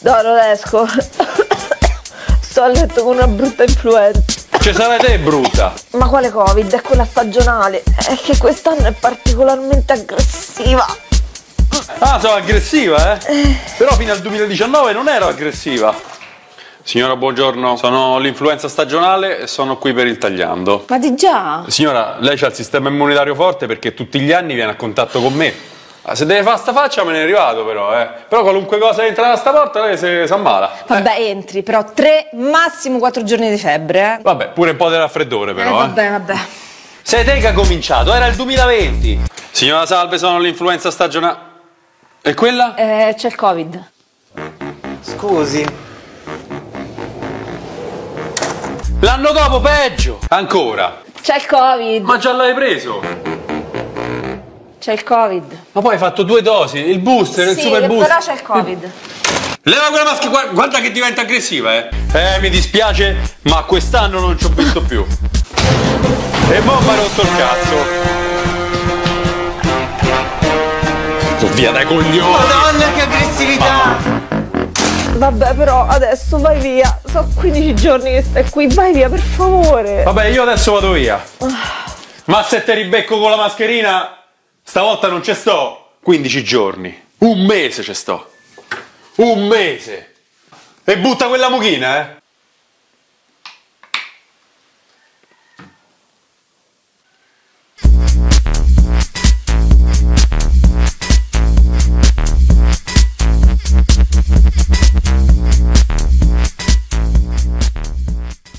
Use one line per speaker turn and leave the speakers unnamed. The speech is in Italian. No, non esco. Sto a letto con una brutta influenza.
Cioè sarai te brutta.
Ma quale Covid? È quella stagionale. È che quest'anno è particolarmente aggressiva.
Ah, sono aggressiva, eh? Però fino al 2019 non ero aggressiva. Signora, buongiorno. Sono l'influenza stagionale e sono qui per il tagliando.
Ma di già?
Signora, lei ha il sistema immunitario forte perché tutti gli anni viene a contatto con me. Ah, Se deve fare sta faccia me ne arrivato però, eh. Però qualunque cosa entra da sta porta lei si si ammala.
Vabbè,
Eh.
entri, però tre, massimo quattro giorni di febbre. eh.
Vabbè, pure un po' di raffreddore
eh,
però, eh.
vabbè, vabbè.
Sei te che ha cominciato, era il 2020. Signora Salve, sono l'influenza stagionale. E quella?
Eh, c'è il Covid.
Scusi,
L'anno dopo peggio! Ancora!
C'è il Covid.
Ma già l'hai preso!
C'è il Covid.
Ma poi hai fatto due dosi, il booster, il
sì,
super booster.
però c'è il Covid.
Leva quella maschera, guarda, guarda che diventa aggressiva, eh! Eh, mi dispiace, ma quest'anno non ci ho visto più. E mo' mi ha rotto il cazzo. Via dai coglioni!
madonna che aggressività!
Vabbè, però adesso vai via. Sono 15 giorni che stai qui. Vai via, per favore.
Vabbè, io adesso vado via. Ah. Ma se te ribecco con la mascherina, stavolta non ci sto. 15 giorni. Un mese ci sto. Un mese. E butta quella mucchina, eh.